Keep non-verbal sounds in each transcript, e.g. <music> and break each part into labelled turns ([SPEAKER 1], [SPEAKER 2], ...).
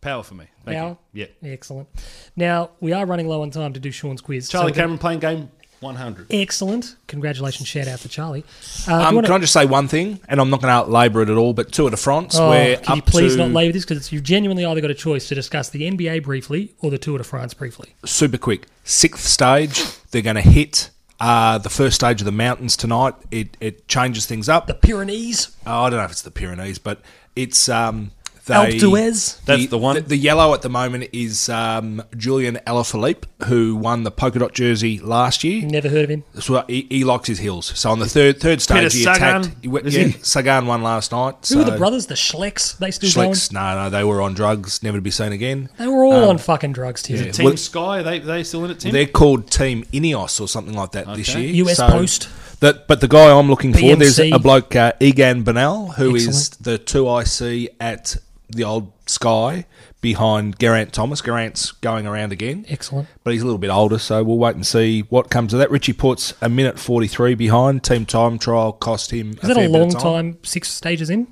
[SPEAKER 1] Power for me. Thank
[SPEAKER 2] Power?
[SPEAKER 1] you. Yeah.
[SPEAKER 2] Excellent. Now, we are running low on time to do Sean's quiz.
[SPEAKER 1] Charlie
[SPEAKER 2] so we're gonna-
[SPEAKER 1] Cameron playing game 100.
[SPEAKER 2] Excellent. Congratulations. Shout out to Charlie. Uh, do you
[SPEAKER 3] Um,
[SPEAKER 2] wanna-
[SPEAKER 3] can I just say one thing? And I'm not going to labour it at all, but Tour de France,
[SPEAKER 2] Oh,
[SPEAKER 3] we're
[SPEAKER 2] can you
[SPEAKER 3] up
[SPEAKER 2] please
[SPEAKER 3] to
[SPEAKER 2] not labour this because you've genuinely either got a choice to discuss the NBA briefly or the Tour de France briefly.
[SPEAKER 3] super quick. Sixth stage, they're going to hit uh, the first stage of the mountains tonight. It, it changes things up.
[SPEAKER 2] The Pyrenees.
[SPEAKER 3] Oh, I don't know if it's the Pyrenees, but it's um, they,
[SPEAKER 2] Alpe d'Huez?
[SPEAKER 1] That's the one.
[SPEAKER 3] The, yellow at the moment is um, Julian Alaphilippe, who won the polka dot jersey last year.
[SPEAKER 2] Never heard of him.
[SPEAKER 3] So he, he likes his heels. So on the third third stage,
[SPEAKER 1] Peter
[SPEAKER 3] he
[SPEAKER 1] Sagan,
[SPEAKER 3] attacked. He, went-
[SPEAKER 1] is
[SPEAKER 3] yeah,
[SPEAKER 1] he?
[SPEAKER 3] Sagan won last night.
[SPEAKER 2] Who
[SPEAKER 3] so
[SPEAKER 2] were the brothers? The Schlecks. They still
[SPEAKER 3] Schlicks, no, no, they were on drugs, never to be seen again.
[SPEAKER 2] going. They were all on fucking drugs, too.
[SPEAKER 1] Team
[SPEAKER 3] Um, Well-
[SPEAKER 1] Sky, are they, they still in it, Tim?
[SPEAKER 3] They're called Team Ineos or something like that this
[SPEAKER 1] Okay.
[SPEAKER 3] year.
[SPEAKER 2] US Post.
[SPEAKER 3] That, but the guy I'm looking for, there's
[SPEAKER 2] BMC.
[SPEAKER 3] a bloke, uh, Egan Bernal, who is
[SPEAKER 2] Excellent.
[SPEAKER 3] the 2IC at the old Sky behind Geraint Thomas. Geraint's going around again,
[SPEAKER 2] Excellent.
[SPEAKER 3] but he's a little bit older, so we'll wait and see what comes of that. Richie Port's a minute 43 behind. Team time trial cost him
[SPEAKER 2] Is
[SPEAKER 3] a
[SPEAKER 2] that a
[SPEAKER 3] fair bit
[SPEAKER 2] long
[SPEAKER 3] of time.
[SPEAKER 2] time, six stages in?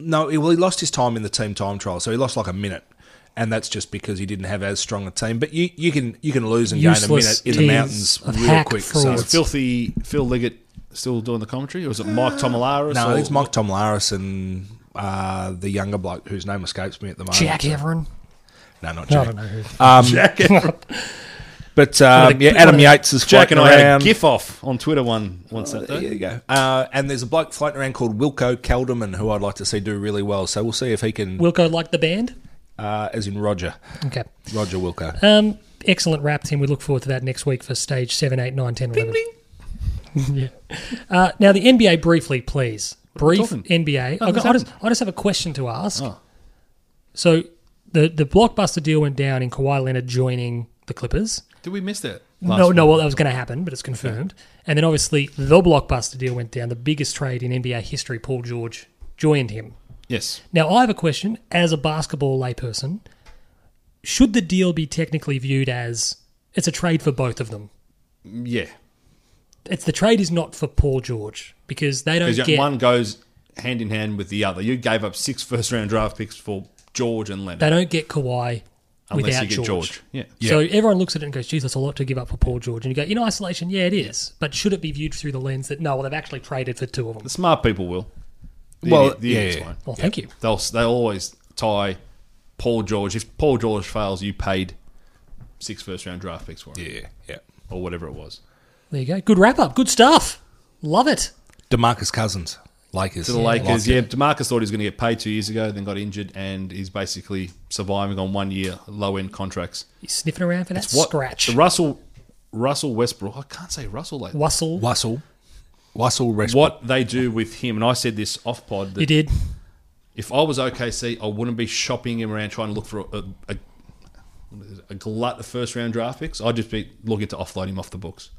[SPEAKER 3] No, he, well, he lost his time in the team time trial, so he lost like a minute, and that's just because he didn't have as strong a team. But you, you can you can lose and gain a
[SPEAKER 2] Useless
[SPEAKER 3] minute in the
[SPEAKER 2] teams
[SPEAKER 3] mountains
[SPEAKER 2] of
[SPEAKER 3] real
[SPEAKER 2] hack
[SPEAKER 3] quick.
[SPEAKER 2] frauds.
[SPEAKER 3] So.
[SPEAKER 1] Is filthy Phil Liggett still doing the commentary, or is it Mike Tomalara?
[SPEAKER 3] No,
[SPEAKER 1] or,
[SPEAKER 3] it's Mike Tomlaris and uh, the younger bloke whose name escapes me at the moment.
[SPEAKER 2] Jack Everon.
[SPEAKER 3] No, not
[SPEAKER 2] I
[SPEAKER 3] Jack. Um,
[SPEAKER 2] don't know who.
[SPEAKER 3] <laughs> But um,
[SPEAKER 2] the-
[SPEAKER 3] yeah, Adam
[SPEAKER 2] one of the-
[SPEAKER 3] Yates is
[SPEAKER 1] Jack
[SPEAKER 3] floating
[SPEAKER 1] and I had
[SPEAKER 3] around.
[SPEAKER 1] a gif off on Twitter one once that
[SPEAKER 3] There
[SPEAKER 1] day.
[SPEAKER 3] you go. Uh, and there's a bloke floating around called Wilco Calderman who I'd like to see do really well. So we'll see if he can,
[SPEAKER 2] Wilco like the band?
[SPEAKER 3] uh, as in Roger,
[SPEAKER 2] Okay.
[SPEAKER 3] Roger Wilco.
[SPEAKER 2] Um, excellent wrap, Tim. We look forward to that next week for stage 7, 8, 9, 10, 11. <laughs> yeah. Uh, now, the NBA briefly, please.
[SPEAKER 1] we
[SPEAKER 2] Brief
[SPEAKER 1] talking?
[SPEAKER 2] NBA. I,
[SPEAKER 1] Nothing's
[SPEAKER 2] I, just,
[SPEAKER 1] happened. Oh.
[SPEAKER 2] I just have a question to ask. So, the, the blockbuster deal went down in Kawhi Leonard joining the Clippers.
[SPEAKER 1] Did we miss that?
[SPEAKER 2] no, no, well, that was going to happen, but it's confirmed. And then obviously the blockbuster deal went down, the biggest trade in NBA history. Paul George joined him.
[SPEAKER 1] Yes.
[SPEAKER 2] Now, I have a question as a basketball layperson. Should the deal be technically viewed as it's a trade for both of them?
[SPEAKER 1] Yeah.
[SPEAKER 2] It's the trade is not for Paul George because they don't
[SPEAKER 1] Because
[SPEAKER 2] get
[SPEAKER 1] one goes hand in hand with the other. You gave up six first round draft picks for George and Leonard.
[SPEAKER 2] they don't get Kawhi
[SPEAKER 1] unless
[SPEAKER 2] without
[SPEAKER 1] you get
[SPEAKER 2] George.
[SPEAKER 1] George. Yeah.
[SPEAKER 2] So everyone looks at it and goes, "Geez, that's a lot to give up for Paul George." And you go, "In isolation, yeah, it is." But should it be viewed through the lens that no, well, they've actually traded for two of them?
[SPEAKER 1] The smart people will. The
[SPEAKER 3] Well,
[SPEAKER 1] idiot- the
[SPEAKER 3] yeah,
[SPEAKER 1] idiots
[SPEAKER 3] yeah.
[SPEAKER 1] won't.
[SPEAKER 2] Well, thank you.
[SPEAKER 1] They'll they always tie Paul George. If Paul George fails, you paid six first round draft picks for him
[SPEAKER 3] Yeah, yeah.
[SPEAKER 1] or whatever it was.
[SPEAKER 2] There you go. Good wrap up. Good stuff. Love it.
[SPEAKER 3] Demarcus Cousins, Lakers.
[SPEAKER 1] To the Lakers, yeah. Demarcus thought he was going to get paid two years ago, then got injured, and he's basically surviving on one year low end contracts.
[SPEAKER 2] You sniffing around for that
[SPEAKER 1] What
[SPEAKER 2] scratch.
[SPEAKER 1] the Russell Russell Westbrook? I can't say Russell lately.
[SPEAKER 2] Russell.
[SPEAKER 3] Wassel. Wassel Westbrook.
[SPEAKER 1] What they do with him, and I said this off pod that
[SPEAKER 2] You did.
[SPEAKER 1] if I was OKC, I wouldn't be shopping him around trying to look for a, a, a, what is it, a glut of first round draft picks. I'd just be looking to offload him off the books.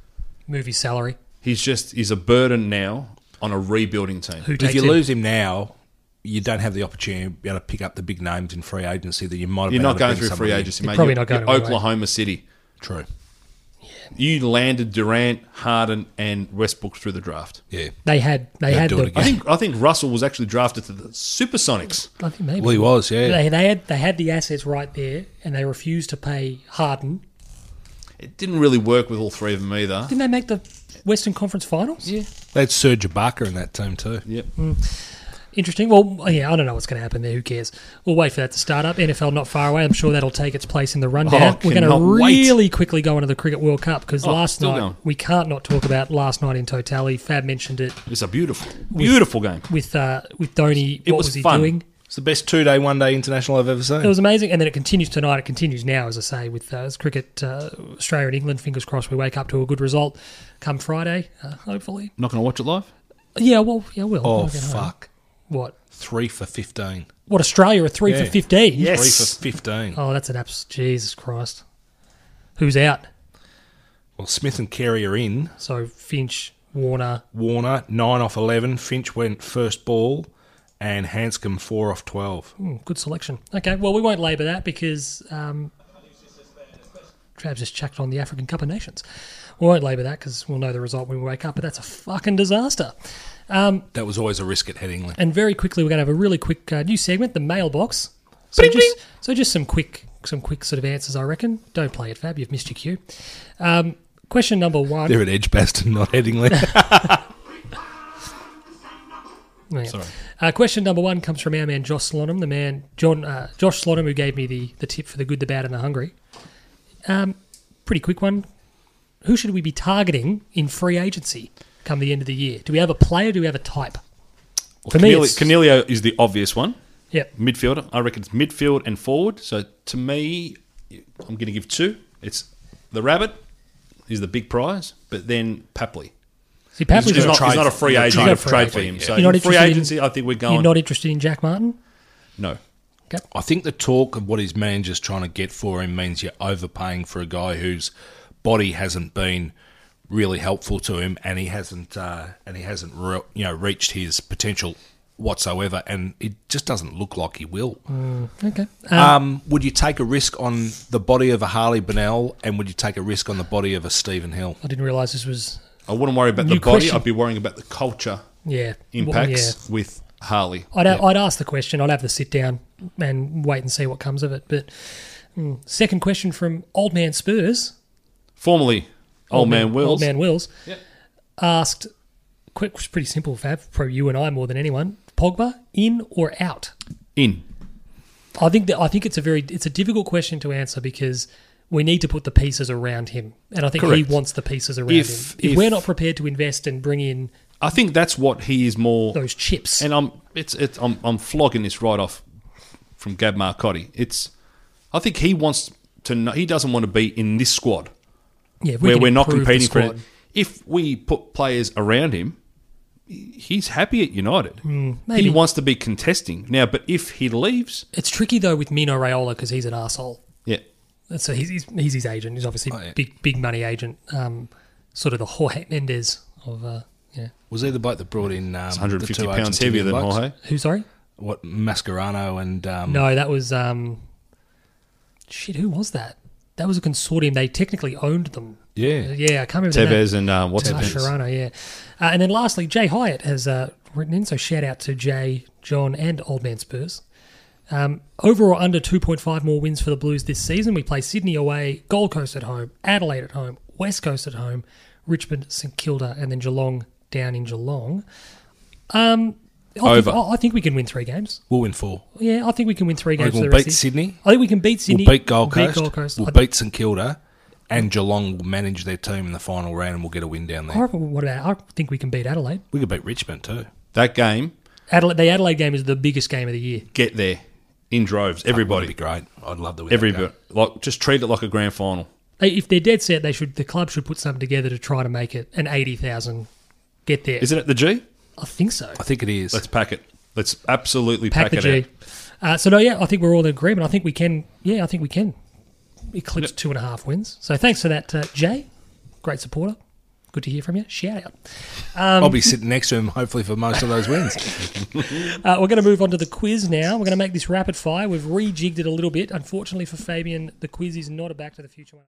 [SPEAKER 2] Movie salary.
[SPEAKER 1] He's just he's a burden now on a rebuilding team.
[SPEAKER 2] Who
[SPEAKER 3] if
[SPEAKER 2] takes
[SPEAKER 3] you
[SPEAKER 2] him?
[SPEAKER 3] lose him now, you don't have the opportunity to be able to pick up the big names in free agency that you might have.
[SPEAKER 1] You're
[SPEAKER 3] been
[SPEAKER 1] not
[SPEAKER 3] able
[SPEAKER 1] going
[SPEAKER 3] to bring
[SPEAKER 1] through free
[SPEAKER 3] somebody in.
[SPEAKER 1] agency, mate.
[SPEAKER 2] probably
[SPEAKER 1] You're-
[SPEAKER 2] not going
[SPEAKER 1] you're
[SPEAKER 2] anywhere.
[SPEAKER 1] Oklahoma City.
[SPEAKER 3] True.
[SPEAKER 1] You landed Durant, Harden, and Westbrook through the draft.
[SPEAKER 3] Yeah.
[SPEAKER 2] They had. They
[SPEAKER 3] They'd
[SPEAKER 2] had
[SPEAKER 3] do
[SPEAKER 2] the.
[SPEAKER 3] it
[SPEAKER 1] I
[SPEAKER 3] again.
[SPEAKER 1] think I think Russell was actually drafted to the Supersonics.
[SPEAKER 2] I think maybe.
[SPEAKER 3] Well, he was. Yeah.
[SPEAKER 2] They, they had. They had the assets right there, and they refused to pay Harden.
[SPEAKER 1] It didn't really work with all three of them either.
[SPEAKER 2] Didn't they make the Western Conference Finals? Yeah.
[SPEAKER 3] They had Serge Barker in that team too.
[SPEAKER 1] Yep.
[SPEAKER 2] Interesting. Well, yeah, I don't know what's going to happen there. Who cares? We'll wait for that to start up. NFL not far away. I'm sure that'll take its place in the rundown.
[SPEAKER 1] Oh,
[SPEAKER 2] We're going to
[SPEAKER 1] cannot wait.
[SPEAKER 2] really quickly go into the Cricket World Cup because
[SPEAKER 1] Oh,
[SPEAKER 2] last
[SPEAKER 1] still
[SPEAKER 2] night
[SPEAKER 1] going.
[SPEAKER 2] we can't not talk about last night in totality. Fab mentioned it
[SPEAKER 1] It's a beautiful, beautiful game.
[SPEAKER 2] with uh, with Dhoni.
[SPEAKER 1] It
[SPEAKER 2] what
[SPEAKER 1] was,
[SPEAKER 2] was, he
[SPEAKER 1] fun.
[SPEAKER 2] doing?
[SPEAKER 3] It's the best two-day, one-day international I've ever seen.
[SPEAKER 2] It was amazing, and then it continues tonight. It continues now, as I say, with uh, cricket uh, Australia and England. Fingers crossed, we wake up to a good result come Friday, uh, hopefully.
[SPEAKER 1] Not going to watch it live.
[SPEAKER 2] Yeah, well, yeah, we'll.
[SPEAKER 3] oh
[SPEAKER 2] I'll get home.
[SPEAKER 3] fuck!
[SPEAKER 2] What?
[SPEAKER 3] Three for fifteen.
[SPEAKER 2] What? Australia are three for
[SPEAKER 3] Yeah.
[SPEAKER 2] fifteen.
[SPEAKER 3] Three for fifteen.
[SPEAKER 2] Oh, that's an abs. Jesus Christ. Who's out?
[SPEAKER 3] Well, Smith and Carey are in.
[SPEAKER 2] So Finch, Warner.
[SPEAKER 3] Warner nine off eleven. Finch went first ball, and Hanscom four off twelve.
[SPEAKER 2] Hmm, good selection. Okay, well, we won't labour that because um, Trav's just checked on the African Cup of Nations. We won't labour that because we'll know the result when we wake up. But that's a fucking disaster.
[SPEAKER 3] That was always a risk at Headingley.
[SPEAKER 2] And very quickly, we're going to have a really quick uh, new segment, the mailbox. So
[SPEAKER 1] Bling,
[SPEAKER 2] just so just some quick some quick sort of answers, I reckon. Don't play it, Fab. You've missed your cue. Um, question number one.
[SPEAKER 3] They're at Edgebaston, not Headingley.
[SPEAKER 2] Hang on.
[SPEAKER 1] Sorry.
[SPEAKER 2] Uh, question number one comes from our man Josh Slonham, the man John uh, Josh Slonham who gave me the the tip for the good, the bad, and the hungry. Um, pretty quick one. Who should we be targeting in free agency come the end of the year? Do we have a player? Do we have a type?
[SPEAKER 1] Well,
[SPEAKER 2] For me,
[SPEAKER 1] Cornelio,
[SPEAKER 2] it's-
[SPEAKER 1] Cornelio is the obvious one.
[SPEAKER 2] Yep.
[SPEAKER 1] Midfielder. I reckon it's midfield and forward. So to me, I'm going to give two. It's the rabbit is the big prize, but then Papley.
[SPEAKER 2] See,
[SPEAKER 1] He's,
[SPEAKER 2] Papley's
[SPEAKER 1] he's
[SPEAKER 2] not,
[SPEAKER 1] not, he's not a free
[SPEAKER 3] You're
[SPEAKER 1] agent.
[SPEAKER 3] trying
[SPEAKER 1] Trade,
[SPEAKER 2] to
[SPEAKER 1] trade
[SPEAKER 2] trade
[SPEAKER 1] for him.
[SPEAKER 2] him.
[SPEAKER 1] So
[SPEAKER 2] You're not
[SPEAKER 1] in free
[SPEAKER 2] interested in-
[SPEAKER 1] agency. I think we're
[SPEAKER 2] you're
[SPEAKER 1] going.
[SPEAKER 2] not interested in Jack Martin.
[SPEAKER 1] no.
[SPEAKER 3] I think the talk of what his manager's trying to get for him means you're overpaying for a guy whose body hasn't been really helpful to him, and he hasn't uh, and he hasn't re- you know reached his potential whatsoever, and it just doesn't look like he will.
[SPEAKER 2] Okay. Um,
[SPEAKER 3] Um, would you take a risk on the body of a Harley Bennell, and would you take a risk on the body of a Stephen Hill?
[SPEAKER 2] I didn't realise this was
[SPEAKER 1] I wouldn't worry about
[SPEAKER 2] New
[SPEAKER 1] the body.
[SPEAKER 2] question.
[SPEAKER 1] I'd be worrying about the culture
[SPEAKER 2] yeah
[SPEAKER 1] impacts
[SPEAKER 2] Yeah.
[SPEAKER 1] with Harley.
[SPEAKER 2] I'd, I'd ask the question. I'd have the sit down and wait and see what comes of it. But mm, second question from Old Man Spurs,
[SPEAKER 1] Formerly, old, man Wills.
[SPEAKER 2] Old Man Wills,
[SPEAKER 1] Yep.
[SPEAKER 2] asked. Quick, was pretty simple, Fab. Probably you and I more than anyone. Pogba in or out?
[SPEAKER 1] in.
[SPEAKER 2] I think that I think it's a very it's a difficult question to answer because we need to put the pieces around him, and I think he
[SPEAKER 1] Correct.
[SPEAKER 2] wants the pieces around
[SPEAKER 1] If-
[SPEAKER 2] him. If,
[SPEAKER 1] if-
[SPEAKER 2] we're not prepared to invest and bring in
[SPEAKER 1] I think that's what he is more.
[SPEAKER 2] those chips,
[SPEAKER 1] and I'm it's it's I'm I'm flogging this right off from Gab Marcotti. It's I think he wants to know he doesn't want to be in this squad
[SPEAKER 2] yeah, if we
[SPEAKER 1] where
[SPEAKER 2] can
[SPEAKER 1] we're not
[SPEAKER 2] improve the
[SPEAKER 1] competing for
[SPEAKER 2] squad.
[SPEAKER 1] it. If we put players around him, he's happy at United.
[SPEAKER 2] Hmm. maybe.
[SPEAKER 1] He wants to be contesting now, but if he leaves,
[SPEAKER 2] It's tricky though with Mino Raiola because he's an asshole.
[SPEAKER 1] yeah,
[SPEAKER 2] So he's, he's, he's his agent. He's obviously
[SPEAKER 3] yeah.
[SPEAKER 2] big big money agent. Um, sort of the Jorge Mendes of uh, yeah.
[SPEAKER 3] Was he the bloke that brought in um,
[SPEAKER 1] 150
[SPEAKER 3] the two
[SPEAKER 1] pounds
[SPEAKER 3] Argentinian
[SPEAKER 1] heavier than
[SPEAKER 3] blokes?
[SPEAKER 1] Jorge.
[SPEAKER 2] Who? Sorry.
[SPEAKER 3] What Mascarano and um,
[SPEAKER 2] No, that was um, shit. Who was that? That was a consortium. They technically owned them.
[SPEAKER 3] yeah,
[SPEAKER 2] Yeah, I can't remember. the name.
[SPEAKER 1] Tevez and uh, what's
[SPEAKER 2] Ah,
[SPEAKER 1] his name?
[SPEAKER 2] Sharano, yeah. Uh, and then lastly, Jay Hyatt has uh, written in. So shout out to Jay, John, and Old Man Spurs. Um, over or under 2.5 more wins for the Blues this season. We play Sydney away, Gold Coast at home, Adelaide at home, West Coast at home, Richmond, St Kilda, and then Geelong down in Geelong. Um, I
[SPEAKER 1] Over.
[SPEAKER 2] Think, I- I think we can win three games.
[SPEAKER 3] we'll win four.
[SPEAKER 2] Yeah, I think we can win three games.
[SPEAKER 3] We'll
[SPEAKER 2] for the rest
[SPEAKER 3] beat
[SPEAKER 2] of the-
[SPEAKER 3] Sydney.
[SPEAKER 2] I think we can beat Sydney.
[SPEAKER 3] We'll beat Gold Coast.
[SPEAKER 2] Beat Gold Coast.
[SPEAKER 3] We'll
[SPEAKER 2] I-
[SPEAKER 3] beat St Kilda, and Geelong will manage their team in the final round, and we'll get a win down
[SPEAKER 2] I
[SPEAKER 3] there.
[SPEAKER 2] reckon- what about? I think we can beat Adelaide.
[SPEAKER 3] We could beat Richmond too.
[SPEAKER 1] That game,
[SPEAKER 2] Adelaide. The Adelaide game is the biggest game of the year.
[SPEAKER 1] get there in droves, everybody,
[SPEAKER 3] That'd be great. I'd love to win. that
[SPEAKER 1] everybody,
[SPEAKER 3] game.
[SPEAKER 1] like just treat it like a grand final.
[SPEAKER 2] They, if they're dead set, they should. The club should put something together to try to make it an eighty thousand. Get there.
[SPEAKER 1] Isn't it the G?
[SPEAKER 2] I think so.
[SPEAKER 3] I think it is.
[SPEAKER 1] Let's pack it. Let's absolutely
[SPEAKER 2] Pack
[SPEAKER 1] pack,
[SPEAKER 2] the
[SPEAKER 1] it
[SPEAKER 2] G.
[SPEAKER 1] out.
[SPEAKER 2] Uh, so no, yeah, I think we're all in agreement. I think we can. Yeah, I think we can eclipse two and a half wins. So thanks for that, uh, Jay. Great supporter. Good to hear from you. Shout out. Um,
[SPEAKER 3] I'll be sitting next to him hopefully for most of
[SPEAKER 2] <laughs>
[SPEAKER 3] those wins.
[SPEAKER 2] Uh, we're going to move on to the quiz now. We're going to make this rapid fire. We've rejigged it a little bit. Unfortunately for Fabian, the quiz is not a Back to the Future one.